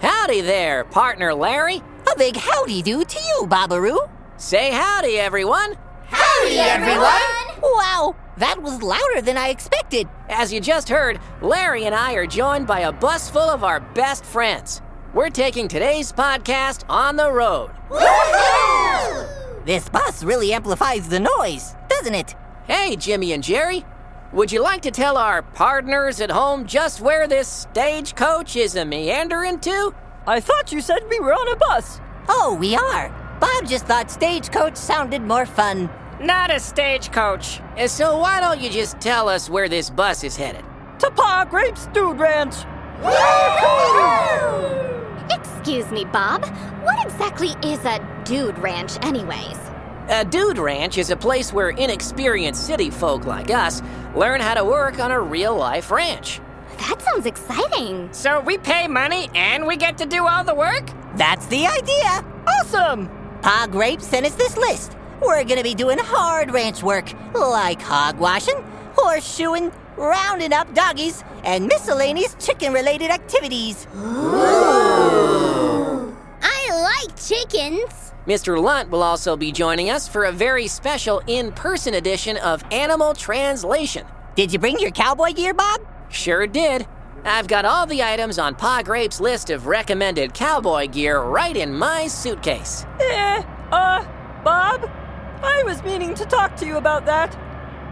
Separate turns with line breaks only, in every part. Howdy there, partner Larry.
A big howdy do to you, Babaroo.
Say howdy, everyone.
Howdy, everyone!
Wow, that was louder than I expected.
As you just heard, Larry and I are joined by a bus full of our best friends. We're taking today's podcast on the road.
This bus really amplifies the noise, doesn't it?
Hey, Jimmy and Jerry. Would you like to tell our partners at home just where this stagecoach is a meandering to?
I thought you said we were on a bus.
Oh, we are. Bob just thought stagecoach sounded more fun.
Not a stagecoach.
Uh, So why don't you just tell us where this bus is headed?
To Pa Grape's Dude Ranch.
Excuse me, Bob. What exactly is a dude ranch, anyways?
A dude ranch is a place where inexperienced city folk like us learn how to work on a real life ranch.
That sounds exciting.
So we pay money and we get to do all the work?
That's the idea.
Awesome.
Pa Grape sent us this list. We're gonna be doing hard ranch work, like hog washing, horseshoeing, rounding up doggies, and miscellaneous chicken related activities.
I like chickens.
Mr. Lunt will also be joining us for a very special in person edition of Animal Translation.
Did you bring your cowboy gear, Bob?
Sure did. I've got all the items on Pa Grape's list of recommended cowboy gear right in my suitcase.
Eh, uh, Bob? I was meaning to talk to you about that.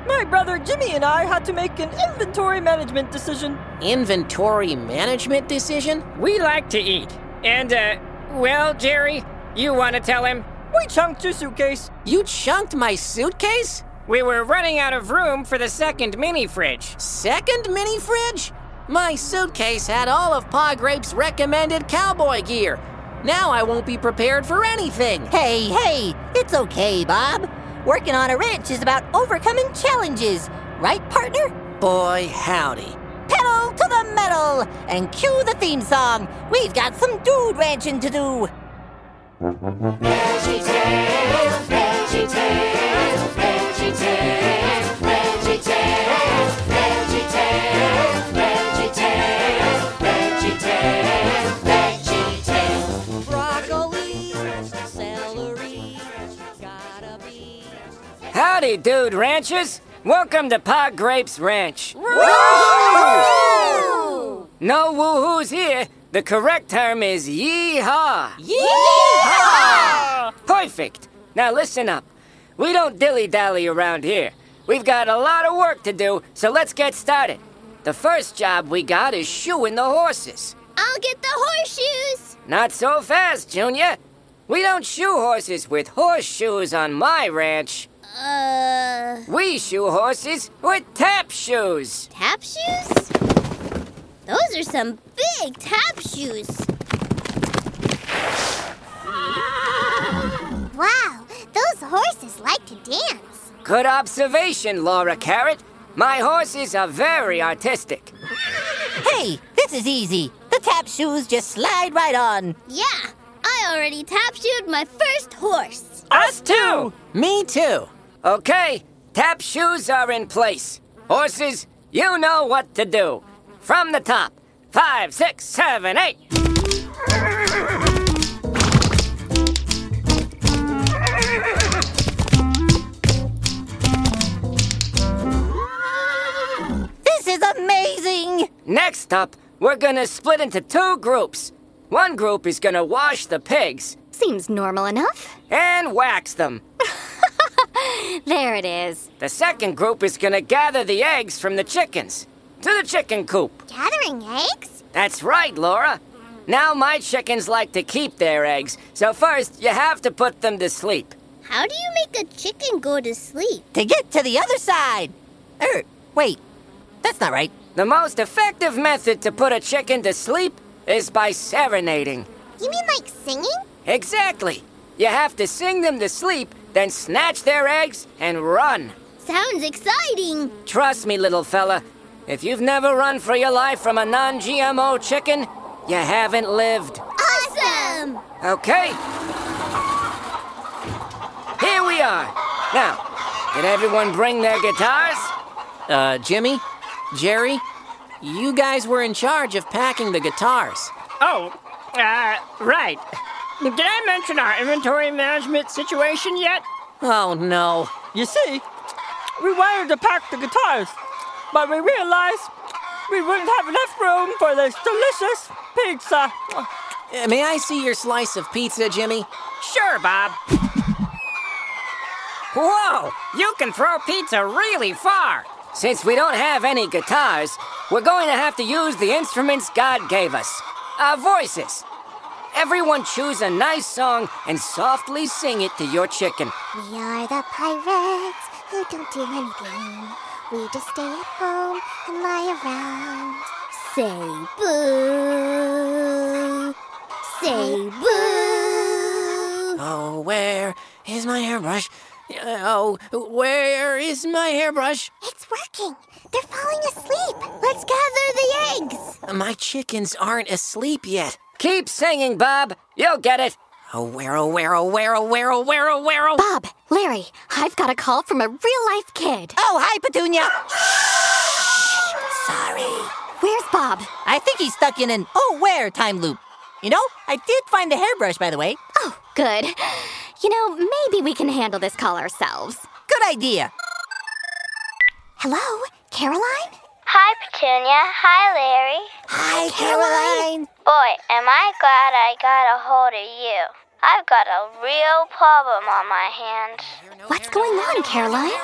My brother Jimmy and I had to make an inventory management decision.
Inventory management decision?
We like to eat. And, uh, well, Jerry, you want to tell him?
We chunked your suitcase.
You chunked my suitcase?
We were running out of room for the second mini fridge.
Second mini fridge? My suitcase had all of Pa Grape's recommended cowboy gear. Now I won't be prepared for anything.
Hey, hey, it's okay, Bob. Working on a ranch is about overcoming challenges, right, partner?
Boy, howdy.
Pedal to the metal and cue the theme song. We've got some dude ranching to do. Broccoli, celery, gotta be.
Howdy, dude ranchers. Welcome to Pa Grape's Ranch. No woo-hoos here. The correct term is yee-haw. Perfect. Now listen up. We don't dilly dally around here. We've got a lot of work to do, so let's get started. The first job we got is shoeing the horses.
I'll get the horseshoes.
Not so fast, Junior. We don't shoe horses with horseshoes on my ranch.
Uh,
We shoe horses with tap shoes.
tap shoes? Those are some big tap shoes. Wow, those horses like to dance.
Good observation, Laura Carrot. My horses are very artistic.
Hey, this is easy. The tap shoes just slide right on.
Yeah, I already tap shoed my first horse.
Us too!
Me too.
Okay, tap shoes are in place. Horses, you know what to do. From the top. Five, six, seven, eight.
This is amazing.
Next up, we're gonna split into two groups. One group is gonna wash the pigs
Seems normal enough.
and wax them.
There it is.
The second group is gonna gather the eggs from the chickens to the chicken coop.
Gathering eggs?
That's right, Laura. Now my chickens like to keep their eggs, so first you have to put them to sleep.
How do you make a chicken go to sleep?
To get to the other side. Er, wait. That's not right.
The most effective method to put a chicken to sleep is by serenading.
You mean like singing?
Exactly. You have to sing them to sleep, then snatch their eggs and run.
Sounds exciting.
Trust me, little fella. If you've never run for your life from a non GMO chicken, you haven't lived.
Awesome!
Okay? Here we are. Now, did everyone bring their guitars?
Uh, Jimmy? Jerry? You guys were in charge of packing the guitars.
Oh, Uh, right. Did I mention our inventory management situation yet?
Oh no.
You see, we wanted to pack the guitars, but we realized we wouldn't have enough room for this delicious pizza.
Uh, May I see your slice of pizza, Jimmy?
Sure, Bob. Whoa! You can throw pizza really far!
Since we don't have any guitars, we're going to have to use the instruments God gave us our voices. Everyone choose a nice song and softly sing it to your chicken.
We are the pirates who don't do anything. We just stay at home and lie around. Say boo. Say boo.
Oh, where is my hairbrush? Uh, Oh, where is my hairbrush?
It's working. They're falling asleep. Let's gather the eggs.
My chickens aren't asleep yet.
Keep singing, Bob. You'll get it.
Oh, where, oh, where, oh, where, oh, where, oh, where, oh, where, oh.
Bob, Larry, I've got a call from a real life kid.
Oh, hi, Petunia.
Where's Bob?
I think he's stuck in an oh where time loop. You know, I did find the hairbrush, by the way.
Oh, good. You know, maybe we can handle this call ourselves.
Good idea.
Hello, Caroline?
Hi, Petunia. Hi, Larry.
Hi, Caroline.
Boy, am I glad I got a hold of you. I've got a real problem on my hands.
What's going on, Caroline?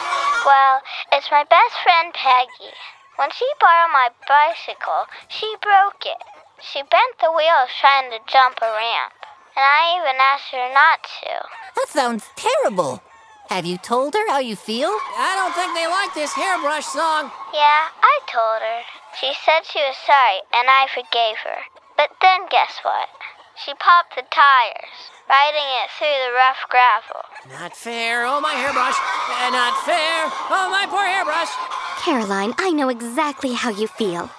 Well, it's my best friend Peggy. When she borrowed my bicycle, she broke it. She bent the wheels trying to jump a ramp, and I even asked her not to.
That sounds terrible. Have you told her how you feel?
I don't think they like this hairbrush song.
Yeah, I told her. She said she was sorry, and I forgave her. But then guess what? She popped the tires, riding it through the rough gravel.
Not fair. Oh, my hairbrush. Uh, not fair. Oh, my poor hairbrush.
Caroline, I know exactly how you feel.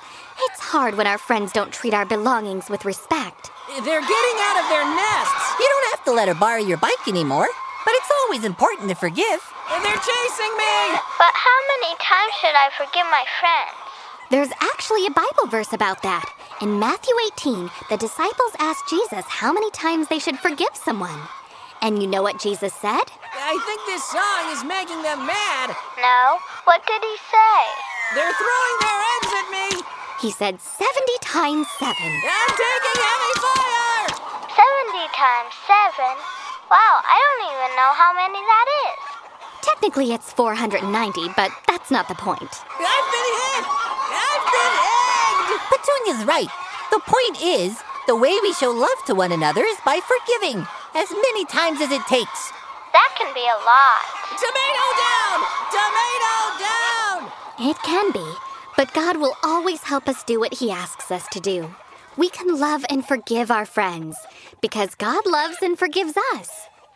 It's hard when our friends don't treat our belongings with respect.
They're getting out of their nests.
You don't have to let her borrow your bike anymore, but it's always important to forgive.
And they're chasing me.
But how many times should I forgive my friends?
There's actually a Bible verse about that. In Matthew 18, the disciples asked Jesus how many times they should forgive someone. And you know what Jesus said?
I think this song is making them mad.
No? What did he say?
They're throwing their eggs at me.
He said 70 times 7.
I'm taking heavy fire.
70 times 7? Wow, I don't even know how many that is.
Technically, it's 490, but that's not the point.
I've been hit. I've been egged.
Petunia's right. The point is, the way we show love to one another is by forgiving as many times as it takes.
That can be a lot.
Tomato down. Tomato down.
It can be, but God will always help us do what He asks us to do. We can love and forgive our friends because God loves and forgives us.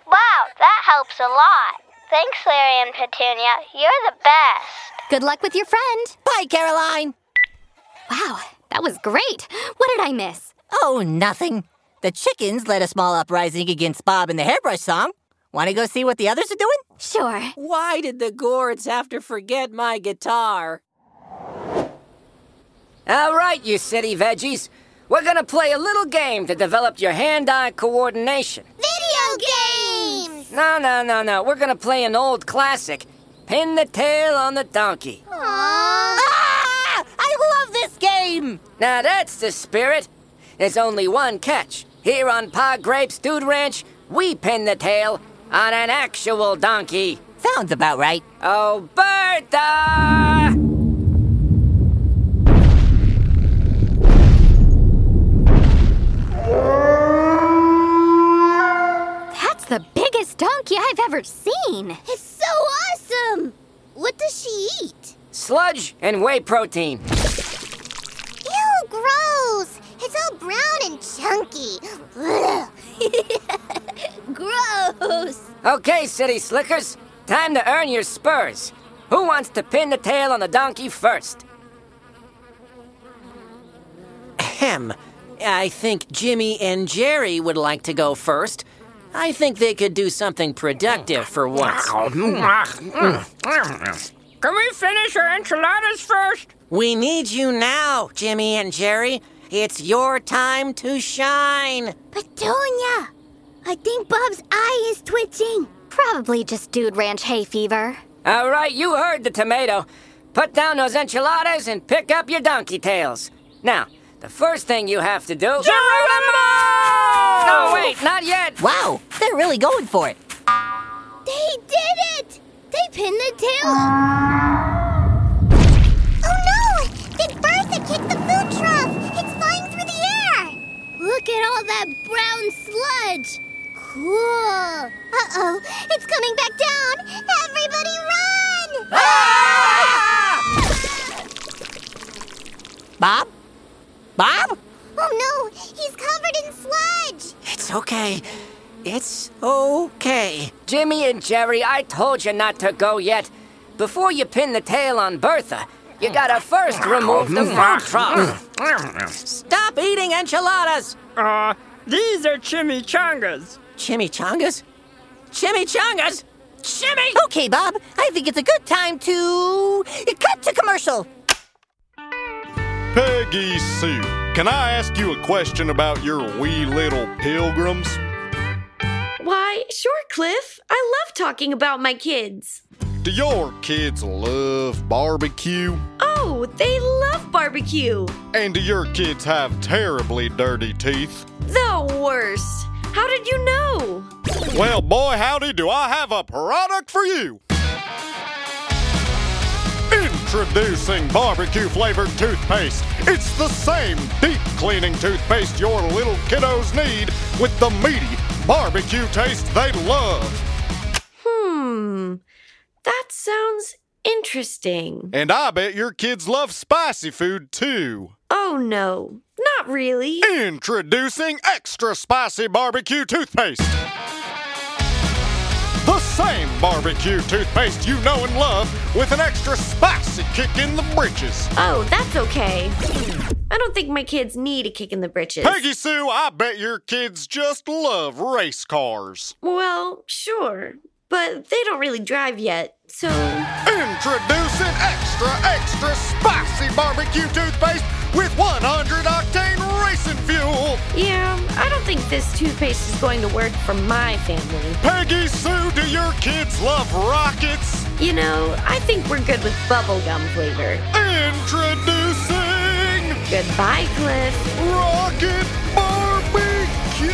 Wow, that helps a lot. Thanks, Larry and Petunia. You're the best.
Good luck with your friend.
Bye, Caroline.
Wow, that was great. What did I miss?
Oh, nothing. The chickens led a small uprising against Bob and the hairbrush song. Want to go see what the others are doing?
Sure.
Why did the gourds have to forget my guitar?
All right, you city veggies. We're going to play a little game to develop your hand eye coordination.
Video games.
No, no, no, no. We're going to play an old classic Pin the Tail on the Donkey.
Ah! I love this game.
Now that's the spirit. There's only one catch. Here on Pod Grapes Dude Ranch, we pin the tail on an actual donkey.
Sounds about right.
Oh, Bertha!
That's the biggest donkey I've ever seen.
It's so awesome. What does she eat?
Sludge and whey protein.
Ew, gross. It's all brown and chunky. Ugh. gross.
Okay, City Slickers, time to earn your spurs. Who wants to pin the tail on the donkey first?
Ahem. I think Jimmy and Jerry would like to go first. I think they could do something productive for once.
Can we finish our enchiladas first?
We need you now, Jimmy and Jerry. It's your time to shine.
Petunia! I think Bob's eye is twitching.
Probably just Dude Ranch hay fever.
All right, you heard the tomato. Put down those enchiladas and pick up your donkey tails. Now, the first thing you have to do. Geronimo! No, wait, not yet.
Wow, they're really going for it.
They did it! They pinned the tail. Oh no! Did Bertha kick the food trough? It's flying through the air. Look at all that brown sludge. Cool. Uh oh, it's coming back down. Everybody run!
Ah!
Bob? Bob?
Oh no, he's covered in sludge.
It's okay. It's okay.
Jimmy and Jerry, I told you not to go yet. Before you pin the tail on Bertha, you gotta first
Oh,
remove the food trough.
Stop eating enchiladas!
Uh, these are chimichangas.
Chimichangas? Chimichangas? Jimmy!
Okay, Bob, I think it's a good time to cut to commercial.
Peggy Sue, can I ask you a question about your wee little pilgrims?
Why, sure, Cliff. I love talking about my kids.
Do your kids love barbecue?
Oh, they love barbecue.
And do your kids have terribly dirty teeth?
The worst. How did you know?
Well, boy, howdy, do I have a product for you! Introducing barbecue flavored toothpaste. It's the same deep cleaning toothpaste your little kiddos need with the meaty barbecue taste they love.
Hmm. That sounds interesting.
And I bet your kids love spicy food too.
Oh, no. Not really.
Introducing extra spicy barbecue toothpaste. The same barbecue toothpaste you know and love with an extra spicy kick in the britches.
Oh, that's okay. I don't think my kids need a kick in the britches.
Peggy Sue, I bet your kids just love race cars.
Well, sure. But they don't really drive yet, so.
Introducing extra, extra spicy barbecue toothpaste with 100 octane racing fuel.
Yeah, I don't think this toothpaste is going to work for my family.
Peggy Sue, do your kids love rockets?
You know, I think we're good with bubblegum flavor.
Introducing
Goodbye, Cliff.
Rocket Barbecue!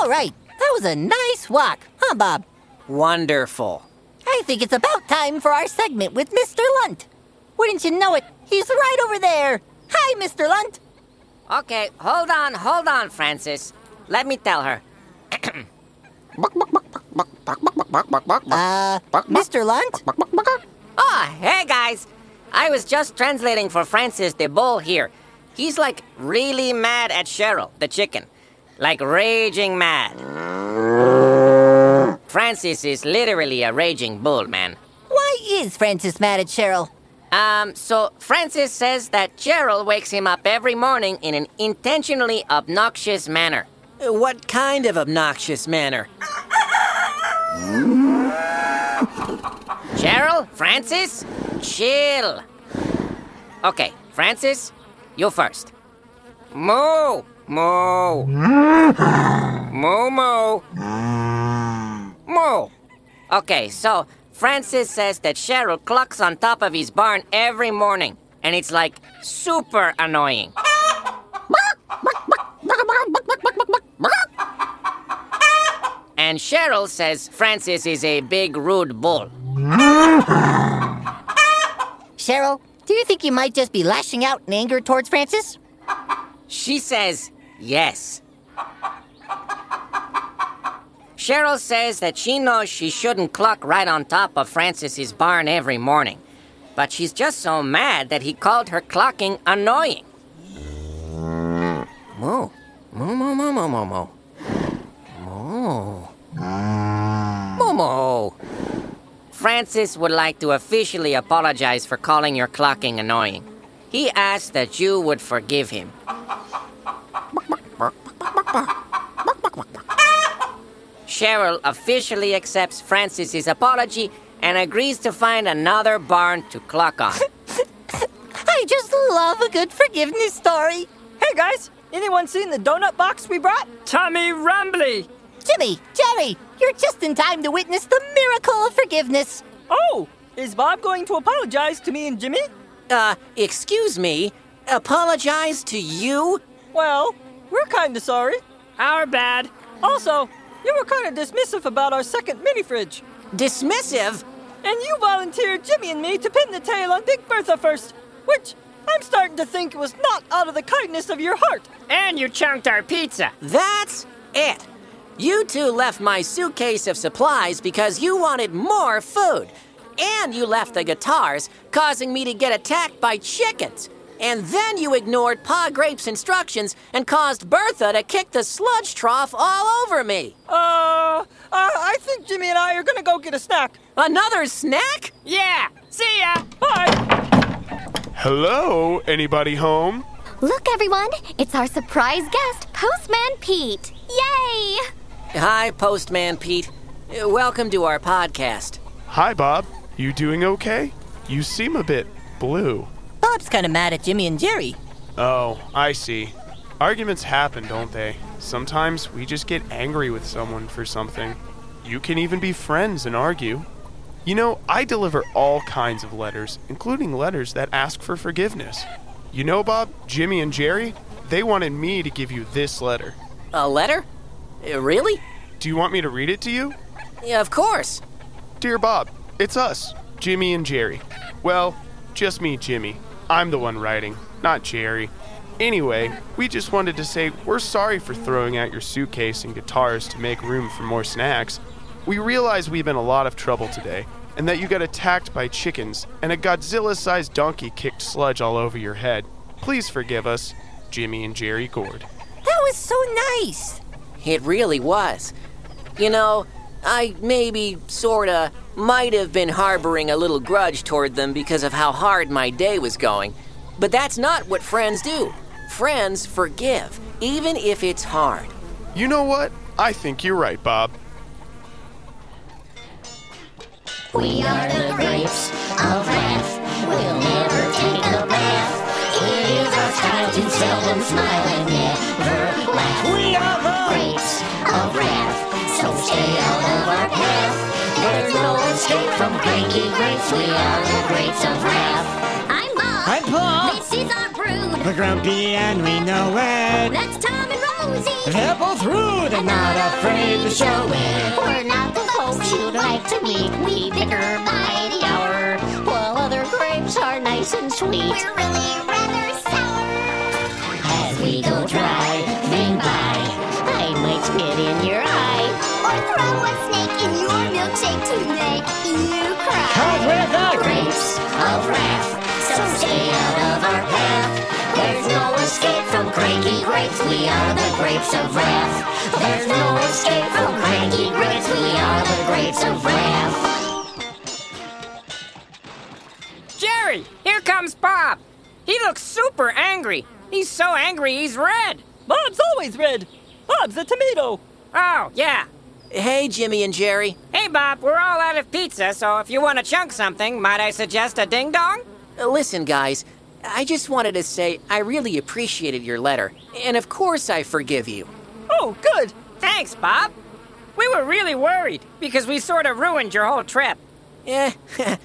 All right, that was a nice walk, huh, Bob?
Wonderful.
I think it's about time for our segment with Mr. Lunt. Wouldn't you know it? He's right over there. Hi, Mr. Lunt.
Okay, hold on, hold on, Francis. Let me tell her.
Uh, Mr. Lunt?
Oh, hey guys! I was just translating for Francis the Bull here. He's like really mad at Cheryl, the chicken. Like raging mad. Francis is literally a raging bull, man.
Why is Francis mad at Cheryl?
Um, so Francis says that Cheryl wakes him up every morning in an intentionally obnoxious manner.
What kind of obnoxious manner?
Cheryl? Francis? Chill. Okay, Francis, you first. Moo! Moo! Moo moo! Moo! Okay, so Francis says that Cheryl clucks on top of his barn every morning, and it's like super annoying. And Cheryl says Francis is a big rude bull.
Cheryl, do you think you might just be lashing out in anger towards Francis?
She says yes. Cheryl says that she knows she shouldn't cluck right on top of Francis's barn every morning, but she's just so mad that he called her clucking annoying. Moo. Moo moo moo moo moo moo. Moo. Moo moo. Francis would like to officially apologize for calling your clucking annoying. He asked that you would forgive him. Cheryl officially accepts Francis's apology and agrees to find another barn to cluck on.
love a good forgiveness story.
Hey guys, anyone seen the donut box we brought?
Tommy Rumbly!
Jimmy, Jerry, you're just in time to witness the miracle of forgiveness.
Oh, is Bob going to apologize to me and Jimmy?
Uh, excuse me, apologize to you?
Well, we're kinda sorry.
Our bad.
Also, you were kinda dismissive about our second mini fridge.
Dismissive?
And you volunteered Jimmy and me to pin the tail on Big Bertha first, which I'm starting to think was not out of the kindness of your heart.
And you chunked our pizza.
That's it. You two left my suitcase of supplies because you wanted more food. And you left the guitars, causing me to get attacked by chickens. And then you ignored Pa Grape's instructions and caused Bertha to kick the sludge trough all over me.
Uh, uh I think Jimmy and I are gonna go get a snack.
Another snack?
Yeah. See ya.
Bye.
Hello, anybody home?
Look, everyone, it's our surprise guest, Postman Pete. Yay!
Hi, Postman Pete. Welcome to our podcast.
Hi, Bob. You doing okay? You seem a bit blue.
Bob's kind of mad at Jimmy and Jerry.
Oh, I see. Arguments happen, don't they? Sometimes we just get angry with someone for something. You can even be friends and argue. You know, I deliver all kinds of letters, including letters that ask for forgiveness. You know, Bob, Jimmy, and Jerry, they wanted me to give you this letter.
A letter? Uh, Really?
Do you want me to read it to you?
Yeah, of course.
Dear Bob, it's us, Jimmy and Jerry. Well, just me, Jimmy. I'm the one writing, not Jerry. Anyway, we just wanted to say we're sorry for throwing out your suitcase and guitars to make room for more snacks. We realize we've been a lot of trouble today, and that you got attacked by chickens, and a Godzilla sized donkey kicked sludge all over your head. Please forgive us, Jimmy and Jerry Gord.
That was so nice.
It really was. You know, I maybe, sorta, might have been harboring a little grudge toward them because of how hard my day was going. But that's not what friends do. Friends forgive, even if it's hard.
You know what? I think you're right, Bob.
We are the grapes of wrath. We'll never take a bath. It is our attitude, seldom smile and never laugh.
We are the
grapes of wrath. So stay out of our path. There's no escape from cranky grapes. We are the grapes of wrath.
I'm Bob.
I'm Paul.
This is our brood.
We're grumpy and we know it.
That's Tom and Rosie.
They're both rude and not afraid to show it.
We're not the folks you'd like to meet. We bicker by the hour, while other grapes are nice and sweet.
We're really rather sour.
As we go driving by, I might spit in your eye.
Or throw a snake in your milkshake to make you cry.
Out with the
Grapes of wrath, so stay out of our path. There's no escape from cranky grapes. We are the grapes of wrath. There's no escape from cranky grapes. We are the grapes of wrath.
Jerry, here comes Bob. He looks super angry. He's so angry he's red.
Bob's always red. Bob's a tomato.
Oh, yeah.
Hey, Jimmy and Jerry.
Hey, Bob, we're all out of pizza, so if you want to chunk something, might I suggest a ding dong?
Uh, Listen, guys, I just wanted to say I really appreciated your letter, and of course I forgive you.
Oh, good.
Thanks, Bob. We were really worried because we sort of ruined your whole trip.
Eh,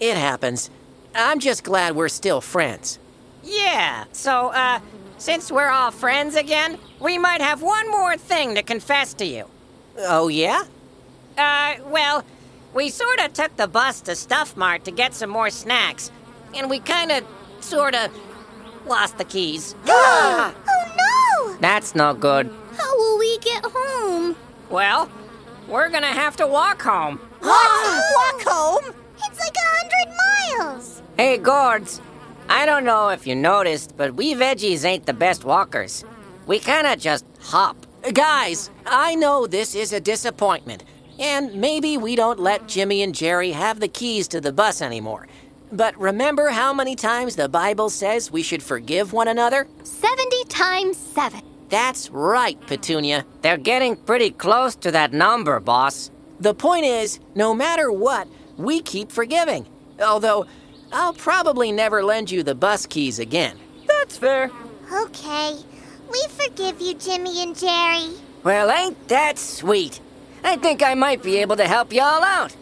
it happens. I'm just glad we're still friends.
Yeah, so, uh, since we're all friends again, we might have one more thing to confess to you.
Oh, yeah?
Uh, well, we sort of took the bus to Stuff Mart to get some more snacks, and we kind of, sort of, lost the keys.
Oh no!
That's no good.
How will we get home?
Well, we're gonna have to walk home.
What? Walk home?
It's like a hundred miles.
Hey, Gords, I don't know if you noticed, but we veggies ain't the best walkers. We kinda just hop.
Guys, I know this is a disappointment, and maybe we don't let Jimmy and Jerry have the keys to the bus anymore. But remember how many times the Bible says we should forgive one another?
70 times 7.
That's right, Petunia.
They're getting pretty close to that number, boss.
The point is, no matter what, we keep forgiving. Although, I'll probably never lend you the bus keys again.
That's fair.
Okay. We forgive you, Jimmy and Jerry.
Well, ain't that sweet? I think I might be able to help y'all out.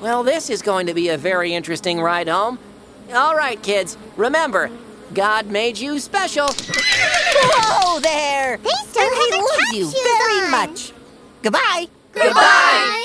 Well, this is going to be a very interesting ride home. All right, kids, remember, God made you special.
Whoa there! They
still
and we
haven't
love
touched
you
you,
very
Vaughn.
much. Goodbye.
Goodbye.